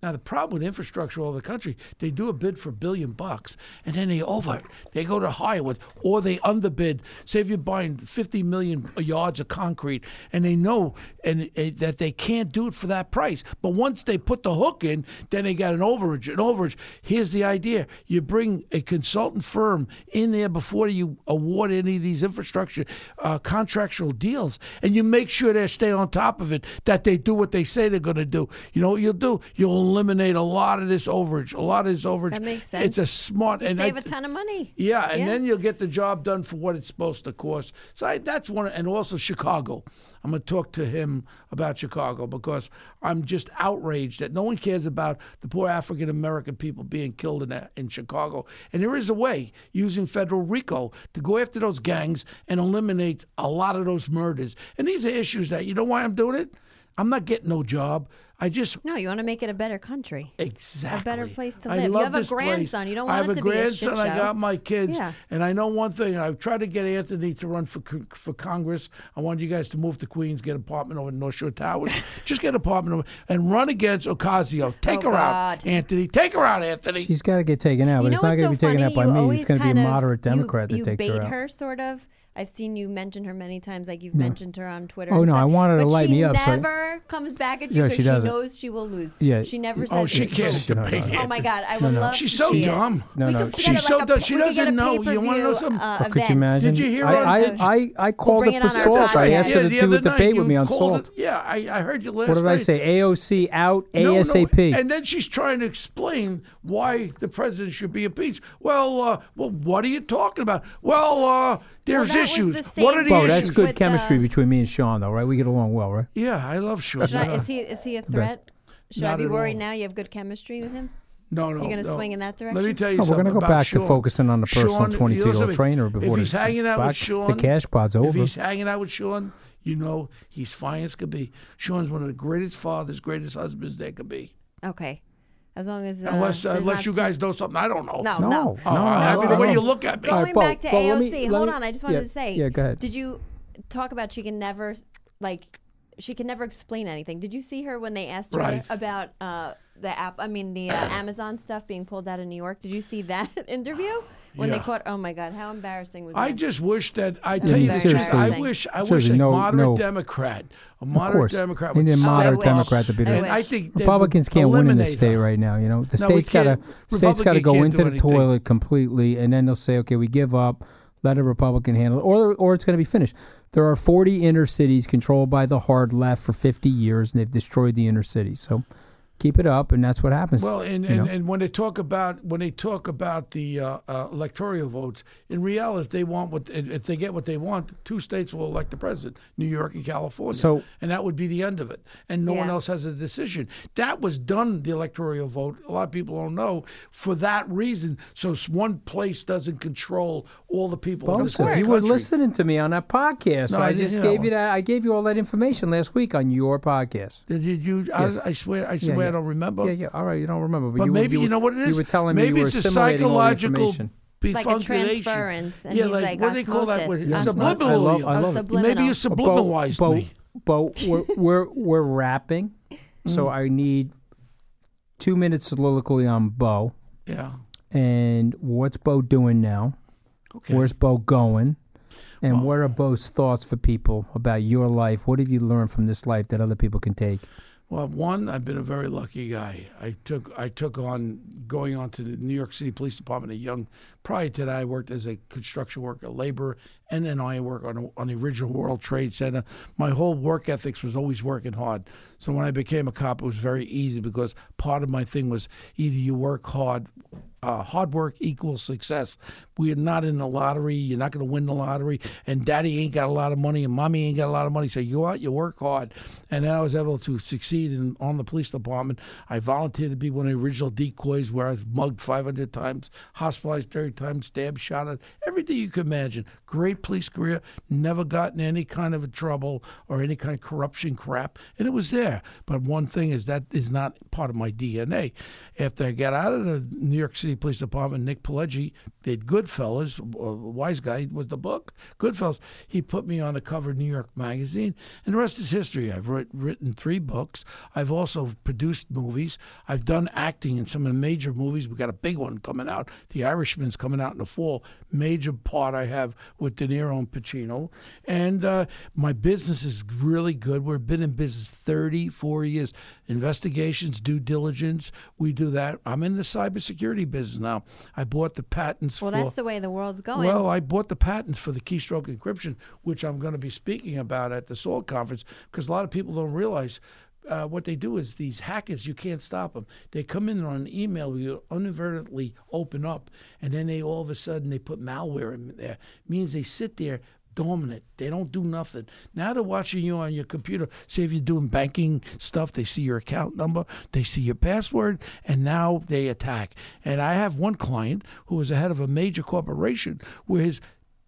[SPEAKER 5] Now the problem with infrastructure all over the country, they do a bid for a billion bucks, and then they over, they go to higher one, or they underbid. Say if you're buying 50 million yards of concrete, and they know and, and that they can't do it for that price. But once they put the hook in, then they got an overage, an overage. Here's the idea: you bring a consultant firm in there before you award any of these infrastructure uh, contractual deals, and you make sure they stay on top of it, that they do what they say they're going to do. You know what you'll do? You'll eliminate a lot of this overage, a lot of this overage.
[SPEAKER 4] That makes
[SPEAKER 5] It's
[SPEAKER 4] sense.
[SPEAKER 5] a smart
[SPEAKER 4] You
[SPEAKER 5] and I
[SPEAKER 4] save a
[SPEAKER 5] th-
[SPEAKER 4] ton of money.
[SPEAKER 5] yeah, and
[SPEAKER 4] Yeah.
[SPEAKER 5] then you'll get the job done for what it's supposed to cost. So I, that's one, and also Chicago. I'm going to talk to him about Chicago because I'm just outraged that no one cares about the poor African American people being killed in that, in Chicago. And there is a way using federal RICO to go after those gangs and eliminate a lot of those murders. And these are issues that you know why I'm doing it. I'm not getting no job. I just
[SPEAKER 4] No, you want to make it a better country.
[SPEAKER 5] Exactly.
[SPEAKER 4] place to
[SPEAKER 5] I
[SPEAKER 4] live. You
[SPEAKER 5] love
[SPEAKER 4] have a
[SPEAKER 5] this place.
[SPEAKER 4] grandson. You don't
[SPEAKER 5] I
[SPEAKER 4] want
[SPEAKER 5] have
[SPEAKER 4] it to be a
[SPEAKER 5] grandson.
[SPEAKER 4] shit
[SPEAKER 5] I
[SPEAKER 4] show.
[SPEAKER 5] got my kids.
[SPEAKER 4] Yeah.
[SPEAKER 5] And I know one thing. I've tried to get Anthony to run for con- for Congress. I want you guys to move to Queens, get an apartment over in North Shore Towers. Just get an apartment over, and run against Ocasio. Take
[SPEAKER 4] Oh,
[SPEAKER 5] her
[SPEAKER 4] God.
[SPEAKER 5] out, Anthony. Take her out, Anthony.
[SPEAKER 3] She's got to get taken out, but
[SPEAKER 4] you know
[SPEAKER 3] it's not
[SPEAKER 4] what's
[SPEAKER 3] going to be
[SPEAKER 4] so
[SPEAKER 3] taken
[SPEAKER 4] funny?
[SPEAKER 3] out by
[SPEAKER 4] You
[SPEAKER 3] me. It's
[SPEAKER 4] always
[SPEAKER 3] going to be a
[SPEAKER 4] kind of-
[SPEAKER 3] moderate Democrat
[SPEAKER 4] you,
[SPEAKER 3] that takes
[SPEAKER 4] you
[SPEAKER 3] her
[SPEAKER 4] bait
[SPEAKER 3] out.
[SPEAKER 4] her, sort of. I've seen you mention her many times, like you've mentioned her on Twitter.
[SPEAKER 3] Oh,
[SPEAKER 4] and
[SPEAKER 3] no,
[SPEAKER 4] stuff.
[SPEAKER 3] I want her to
[SPEAKER 4] But
[SPEAKER 3] light
[SPEAKER 4] she
[SPEAKER 3] me up, so-
[SPEAKER 4] never comes back at you
[SPEAKER 3] Yeah,
[SPEAKER 4] because
[SPEAKER 3] she doesn't.
[SPEAKER 4] knows she will lose.
[SPEAKER 3] Yeah.
[SPEAKER 4] She never says.
[SPEAKER 5] oh, she
[SPEAKER 4] it.
[SPEAKER 5] can't
[SPEAKER 3] No, no,
[SPEAKER 5] debate
[SPEAKER 3] no.
[SPEAKER 4] Oh
[SPEAKER 5] Anthony.
[SPEAKER 4] my God, I would love.
[SPEAKER 5] She's
[SPEAKER 4] to
[SPEAKER 5] so
[SPEAKER 4] see it.
[SPEAKER 5] dumb.
[SPEAKER 3] No,
[SPEAKER 4] We
[SPEAKER 3] no,
[SPEAKER 4] could- we
[SPEAKER 3] she's
[SPEAKER 4] could
[SPEAKER 5] so
[SPEAKER 4] like a-
[SPEAKER 5] dumb. She
[SPEAKER 4] we could get
[SPEAKER 5] doesn't
[SPEAKER 4] a
[SPEAKER 5] know. You
[SPEAKER 4] pay-per-view,
[SPEAKER 5] wanna know something?
[SPEAKER 4] uh,
[SPEAKER 3] But could you
[SPEAKER 4] event.
[SPEAKER 3] imagine?
[SPEAKER 5] Did you hear on-
[SPEAKER 3] I, I, I, I called
[SPEAKER 4] bring
[SPEAKER 3] her for
[SPEAKER 4] it on our
[SPEAKER 3] salt. I
[SPEAKER 4] podcast.
[SPEAKER 3] asked her to
[SPEAKER 5] the
[SPEAKER 3] do a
[SPEAKER 5] other night
[SPEAKER 3] debate with
[SPEAKER 5] you
[SPEAKER 3] me on
[SPEAKER 5] called
[SPEAKER 3] salt.
[SPEAKER 5] it- yeah, I, I heard you last
[SPEAKER 3] What did I
[SPEAKER 5] night.
[SPEAKER 3] say? AOC out
[SPEAKER 5] No, no,
[SPEAKER 3] ASAP.
[SPEAKER 5] and then she's trying to explain why the president should be impeached. Well, uh, well, what are you talking about? Well, uh, there's
[SPEAKER 4] that was
[SPEAKER 5] issues.
[SPEAKER 4] the same
[SPEAKER 5] what are the
[SPEAKER 3] Bo,
[SPEAKER 5] issues?
[SPEAKER 3] that's good
[SPEAKER 4] with
[SPEAKER 3] chemistry
[SPEAKER 4] the-
[SPEAKER 3] between me and Sean, though, right? We get along well, right?
[SPEAKER 5] Yeah, I love Sean.
[SPEAKER 4] Should I, is he is he a threat? Should I
[SPEAKER 5] Not
[SPEAKER 4] be
[SPEAKER 5] at
[SPEAKER 4] worried
[SPEAKER 5] all.
[SPEAKER 4] now? You have good chemistry with him.
[SPEAKER 5] no, no,
[SPEAKER 4] You're gonna
[SPEAKER 5] no.
[SPEAKER 4] swing in that
[SPEAKER 5] Let me
[SPEAKER 4] direction?
[SPEAKER 5] tell you
[SPEAKER 3] No, Oh, we're
[SPEAKER 5] something
[SPEAKER 3] gonna go
[SPEAKER 5] about
[SPEAKER 3] back to
[SPEAKER 5] Sean.
[SPEAKER 3] focusing on the personal
[SPEAKER 5] Sean, you know
[SPEAKER 3] 22 year old
[SPEAKER 5] something?
[SPEAKER 3] trainer before
[SPEAKER 5] if he's
[SPEAKER 3] the,
[SPEAKER 5] hanging out
[SPEAKER 3] back-
[SPEAKER 5] with Sean,
[SPEAKER 3] the cash pod's
[SPEAKER 5] If
[SPEAKER 3] over.
[SPEAKER 5] he's hanging out with Sean, you know he's fine as could be. Sean's one of the greatest fathers, greatest husbands there could be.
[SPEAKER 4] Okay. As long as uh,
[SPEAKER 5] unless
[SPEAKER 4] there's
[SPEAKER 5] unless
[SPEAKER 4] not
[SPEAKER 5] you
[SPEAKER 4] too-
[SPEAKER 5] guys know something I don't know.
[SPEAKER 4] No, No, no.
[SPEAKER 5] Oh, I mean, the way you look at me.
[SPEAKER 4] Going back to AOC, hold on. I just wanted to say,
[SPEAKER 3] Yeah, go ahead.
[SPEAKER 4] Did you talk about she can never, like, she can never explain anything? Did you see her when they asked her
[SPEAKER 5] Right.
[SPEAKER 4] about uh, the app? I mean, the uh, Amazon stuff being pulled out of New York. Did you see that interview when they
[SPEAKER 5] Yeah.
[SPEAKER 4] caught? Oh my God, how embarrassing was
[SPEAKER 5] I
[SPEAKER 4] that?
[SPEAKER 5] just wish that I
[SPEAKER 4] That's
[SPEAKER 5] tell you the
[SPEAKER 4] very
[SPEAKER 5] truth. I
[SPEAKER 4] embarrassing.
[SPEAKER 5] wish I wish
[SPEAKER 3] Seriously,
[SPEAKER 5] a
[SPEAKER 3] no-
[SPEAKER 5] moderate
[SPEAKER 3] no.
[SPEAKER 5] Democrat, a
[SPEAKER 3] Of
[SPEAKER 5] moderate
[SPEAKER 3] course.
[SPEAKER 5] Democrat.
[SPEAKER 3] We
[SPEAKER 5] would
[SPEAKER 3] need a
[SPEAKER 5] step
[SPEAKER 3] moderate
[SPEAKER 5] up.
[SPEAKER 3] Democrat to be
[SPEAKER 5] And
[SPEAKER 3] there.
[SPEAKER 5] I think they
[SPEAKER 3] Republicans
[SPEAKER 5] would
[SPEAKER 3] can't win in this
[SPEAKER 5] eliminate
[SPEAKER 3] state
[SPEAKER 5] her.
[SPEAKER 3] right now. You know, the
[SPEAKER 5] No, we
[SPEAKER 3] state's got to
[SPEAKER 5] can't.
[SPEAKER 3] state's got to
[SPEAKER 5] Republican
[SPEAKER 3] go
[SPEAKER 5] can't
[SPEAKER 3] into
[SPEAKER 5] do
[SPEAKER 3] the
[SPEAKER 5] anything.
[SPEAKER 3] toilet completely, and then they'll say, okay, we give up, let a Republican handle it, or or it's going to be finished. There are 40 inner cities controlled by the hard left for 50 years, and they've destroyed the inner cities. So keep it up, and that's what happens.
[SPEAKER 5] Well, and,
[SPEAKER 3] you know?
[SPEAKER 5] and, and when they talk about when they talk about the uh, uh, electoral votes, in reality, if they want what if if they get what they want, two states will elect the president: New York and California.
[SPEAKER 3] So-
[SPEAKER 5] and that would be the end of it, and no one
[SPEAKER 4] Yeah.
[SPEAKER 5] else has a decision. That was done the electoral vote. A lot of people don't know for that reason. So s- one place doesn't control all the people. in this
[SPEAKER 3] Bosa, you were
[SPEAKER 5] country.
[SPEAKER 3] listening to me on that podcast.
[SPEAKER 5] No,
[SPEAKER 3] I,
[SPEAKER 5] I didn't
[SPEAKER 3] just
[SPEAKER 5] hear that
[SPEAKER 3] gave
[SPEAKER 5] one.
[SPEAKER 3] you that. I gave you all that information last week on your podcast.
[SPEAKER 5] Did you? you
[SPEAKER 3] Yes.
[SPEAKER 5] I, I swear, I
[SPEAKER 3] Yeah,
[SPEAKER 5] swear,
[SPEAKER 3] yeah.
[SPEAKER 5] I don't remember.
[SPEAKER 3] Yeah, yeah. All right, you don't remember, but,
[SPEAKER 5] But
[SPEAKER 3] you, were-
[SPEAKER 5] maybe
[SPEAKER 3] you,
[SPEAKER 5] you
[SPEAKER 3] were-
[SPEAKER 5] know what it is.
[SPEAKER 3] You were telling
[SPEAKER 5] maybe
[SPEAKER 3] me you
[SPEAKER 5] it's
[SPEAKER 3] were
[SPEAKER 5] a
[SPEAKER 3] assimilating all the
[SPEAKER 5] psychological
[SPEAKER 3] information.
[SPEAKER 4] Like a
[SPEAKER 5] bifurculation.
[SPEAKER 4] transference, and
[SPEAKER 5] yeah,
[SPEAKER 4] he's
[SPEAKER 5] like,
[SPEAKER 4] like
[SPEAKER 5] what do they call that? word?
[SPEAKER 4] osmosis,
[SPEAKER 5] Subliminally.
[SPEAKER 4] osmosis. I love- I
[SPEAKER 3] Oh, love it.
[SPEAKER 5] Maybe you
[SPEAKER 4] subliminal.
[SPEAKER 5] subliminalized
[SPEAKER 3] but,
[SPEAKER 5] me.
[SPEAKER 3] But, but we're, we're we're rapping,
[SPEAKER 5] Mm.
[SPEAKER 3] so I need two minutes soliloquy on Bo
[SPEAKER 5] Yeah.
[SPEAKER 3] and what's Bo doing now?
[SPEAKER 5] Okay.
[SPEAKER 3] Where's Bo going? And what are Bo's thoughts for people about your life? What have you learned from this life that other people can take?
[SPEAKER 5] Well, one, I've been a very lucky guy. I took I took on going on to the New York City Police Department at young. Prior to that, I worked as a construction worker, laborer, and then I work on on the original World Trade Center. My whole work ethics was always working hard. So when I became a cop, it was very easy because part of my thing was either you work hard. Uh, hard work equals success. We're not in the lottery. You're not going to win the lottery. And daddy ain't got a lot of money, and mommy ain't got a lot of money. So you go out, you work hard. And then I was able to succeed in on the police department. I volunteered to be one of the original decoys where I was mugged 500 times, hospitalized 30 times, stabbed, shot at, everything you could imagine. Great police career. Never gotten any kind of trouble or any kind of corruption crap. And it was there. But one thing is that is not part of my DNA. After I got out of the New York City Police Department, Nick Pileggi did Goodfellas, uh, Wise Guy was the book, Goodfellas. He put me on the cover of New York Magazine, and the rest is history. I've writ- written three books. I've also produced movies. I've done acting in some of the major movies. we got a big one coming out. The Irishman's coming out in the fall. Major part I have with De Niro and Pacino. And uh, my business is really good. We've been in business 34 years. Investigations, due diligence, we do that. I'm in the cybersecurity business now. I bought the patents
[SPEAKER 4] Well,
[SPEAKER 5] for.
[SPEAKER 4] that's the way the world's going.
[SPEAKER 5] Well, I bought the patents for the keystroke encryption, which I'm going to be speaking about at the SOL conference because a lot of people don't realize. Uh, what they do is these hackers, you can't stop them. They come in on an email you inadvertently open up, and then they all of a sudden they put malware in there. means they sit there dominant. They don't do nothing. Now they're watching you on your computer. Say if you're doing banking stuff, they see your account number, they see your password, and now they attack. And I have one client who was the head of a major corporation where his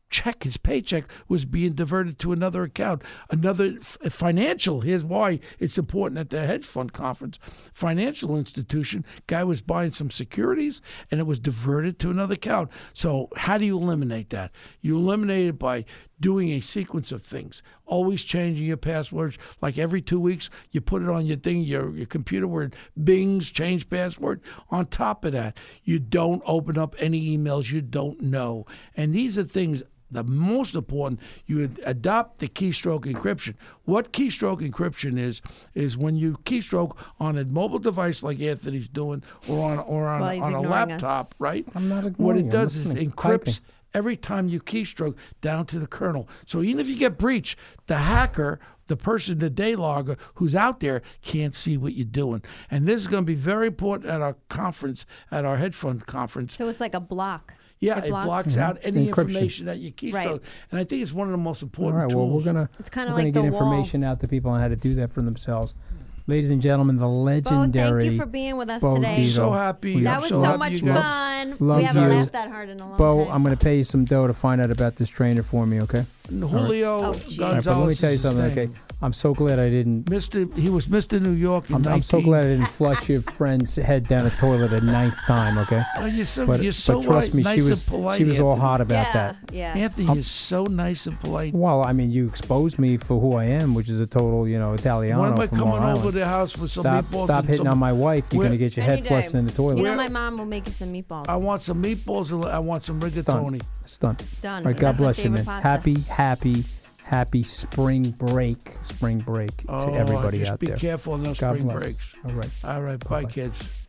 [SPEAKER 5] check, his paycheck was being diverted to another account, another f- uh, financial. Here's why it's important at the hedge fund conference. Financial institution guy was buying some securities and it was diverted to another account. So how do you eliminate that? You eliminate it by doing a sequence of things, always changing your passwords. Like every two weeks, you put it on your thing, your, your computer where it bings, change password. On top of that, you don't open up any emails you don't know. And these are things the most important you ad- adopt the keystroke encryption what keystroke encryption is is when you keystroke on a mobile device like anthony's doing or on or on,
[SPEAKER 4] Well, he's
[SPEAKER 5] on a
[SPEAKER 4] ignoring us.
[SPEAKER 5] laptop right
[SPEAKER 3] I'm not
[SPEAKER 5] what
[SPEAKER 3] ignoring you.
[SPEAKER 5] it
[SPEAKER 3] I'm
[SPEAKER 5] does is
[SPEAKER 3] listening,
[SPEAKER 5] encrypts
[SPEAKER 3] typing.
[SPEAKER 5] every time you keystroke down to the kernel. So even if you get breached, the hacker, the person, the day logger who's out there can't see what you're doing. And this is going to be very important at our conference, at our hedge fund conference.
[SPEAKER 4] so it's like a block.
[SPEAKER 5] yeah, it blocks, out any
[SPEAKER 3] Mm-hmm. Encryption.
[SPEAKER 5] information that you keystroke.
[SPEAKER 4] Right.
[SPEAKER 5] And I think it's one of the most
[SPEAKER 3] All
[SPEAKER 5] important
[SPEAKER 3] right. Well,
[SPEAKER 5] tools.
[SPEAKER 3] we're gonna
[SPEAKER 4] It's
[SPEAKER 3] we're
[SPEAKER 4] kinda
[SPEAKER 3] gonna
[SPEAKER 4] like
[SPEAKER 3] get
[SPEAKER 4] the wall.
[SPEAKER 3] information out to people on how to do that for themselves. Ladies and gentlemen, the
[SPEAKER 4] Bo,
[SPEAKER 3] legendary.
[SPEAKER 4] thank you for being with us
[SPEAKER 3] Bo
[SPEAKER 4] today.
[SPEAKER 3] Dietl.
[SPEAKER 5] So happy.
[SPEAKER 3] We-
[SPEAKER 5] I'm
[SPEAKER 4] That was
[SPEAKER 5] so
[SPEAKER 4] so
[SPEAKER 5] happy
[SPEAKER 4] much
[SPEAKER 5] you guys-
[SPEAKER 4] fun.
[SPEAKER 3] Love
[SPEAKER 4] we haven't
[SPEAKER 3] you.
[SPEAKER 4] laughed that hard in a long
[SPEAKER 3] Bo,
[SPEAKER 4] time.
[SPEAKER 3] I'm going to pay you some dough to find out about this trainer for me, okay?
[SPEAKER 5] Julio
[SPEAKER 4] Oh, geez. All right,
[SPEAKER 3] All right, but let me
[SPEAKER 5] Gonzalez
[SPEAKER 3] tell you
[SPEAKER 5] is his
[SPEAKER 3] something,
[SPEAKER 5] name.
[SPEAKER 3] okay? I'm so glad I didn't.
[SPEAKER 5] Mr. He was Mr. New York. In
[SPEAKER 3] I'm, I'm so
[SPEAKER 5] 19.
[SPEAKER 3] glad I didn't flush your friend's head down a toilet a ninth time. Okay.
[SPEAKER 5] Oh, you're so,
[SPEAKER 3] but,
[SPEAKER 5] you're so
[SPEAKER 3] but trust
[SPEAKER 5] right-
[SPEAKER 3] me,
[SPEAKER 5] nice
[SPEAKER 3] she was
[SPEAKER 5] and polite.
[SPEAKER 3] she was all
[SPEAKER 5] Anthony.
[SPEAKER 3] hot about that.
[SPEAKER 4] Yeah.
[SPEAKER 5] Anthony,
[SPEAKER 3] I'm-
[SPEAKER 5] you're so nice and polite.
[SPEAKER 3] Well, I mean, you exposed me for who I am, which is a total, you know, Italiano
[SPEAKER 5] Why am I
[SPEAKER 3] from Long
[SPEAKER 5] coming
[SPEAKER 3] Island.
[SPEAKER 5] over the house with some
[SPEAKER 3] stop,
[SPEAKER 5] meatballs?
[SPEAKER 3] stop
[SPEAKER 5] and
[SPEAKER 3] hitting
[SPEAKER 5] some-
[SPEAKER 3] on my wife. You're
[SPEAKER 5] Where-
[SPEAKER 3] going to get your
[SPEAKER 4] Any
[SPEAKER 3] head flushed
[SPEAKER 4] day.
[SPEAKER 3] in the toilet.
[SPEAKER 4] You know, my mom will make you some meatballs.
[SPEAKER 5] I want some meatballs and I want some
[SPEAKER 3] Done.
[SPEAKER 5] rigatoni.
[SPEAKER 3] It's done.
[SPEAKER 4] Done.
[SPEAKER 3] All right, God
[SPEAKER 4] That's my
[SPEAKER 3] bless you, man.
[SPEAKER 4] favorite pasta.
[SPEAKER 3] Happy, happy, happy spring break. Spring break
[SPEAKER 5] Oh,
[SPEAKER 3] to everybody
[SPEAKER 5] just
[SPEAKER 3] out
[SPEAKER 5] be
[SPEAKER 3] there.
[SPEAKER 5] careful on those
[SPEAKER 3] God
[SPEAKER 5] spring
[SPEAKER 3] bless.
[SPEAKER 5] breaks.
[SPEAKER 3] All right.
[SPEAKER 5] All right, bye, kids.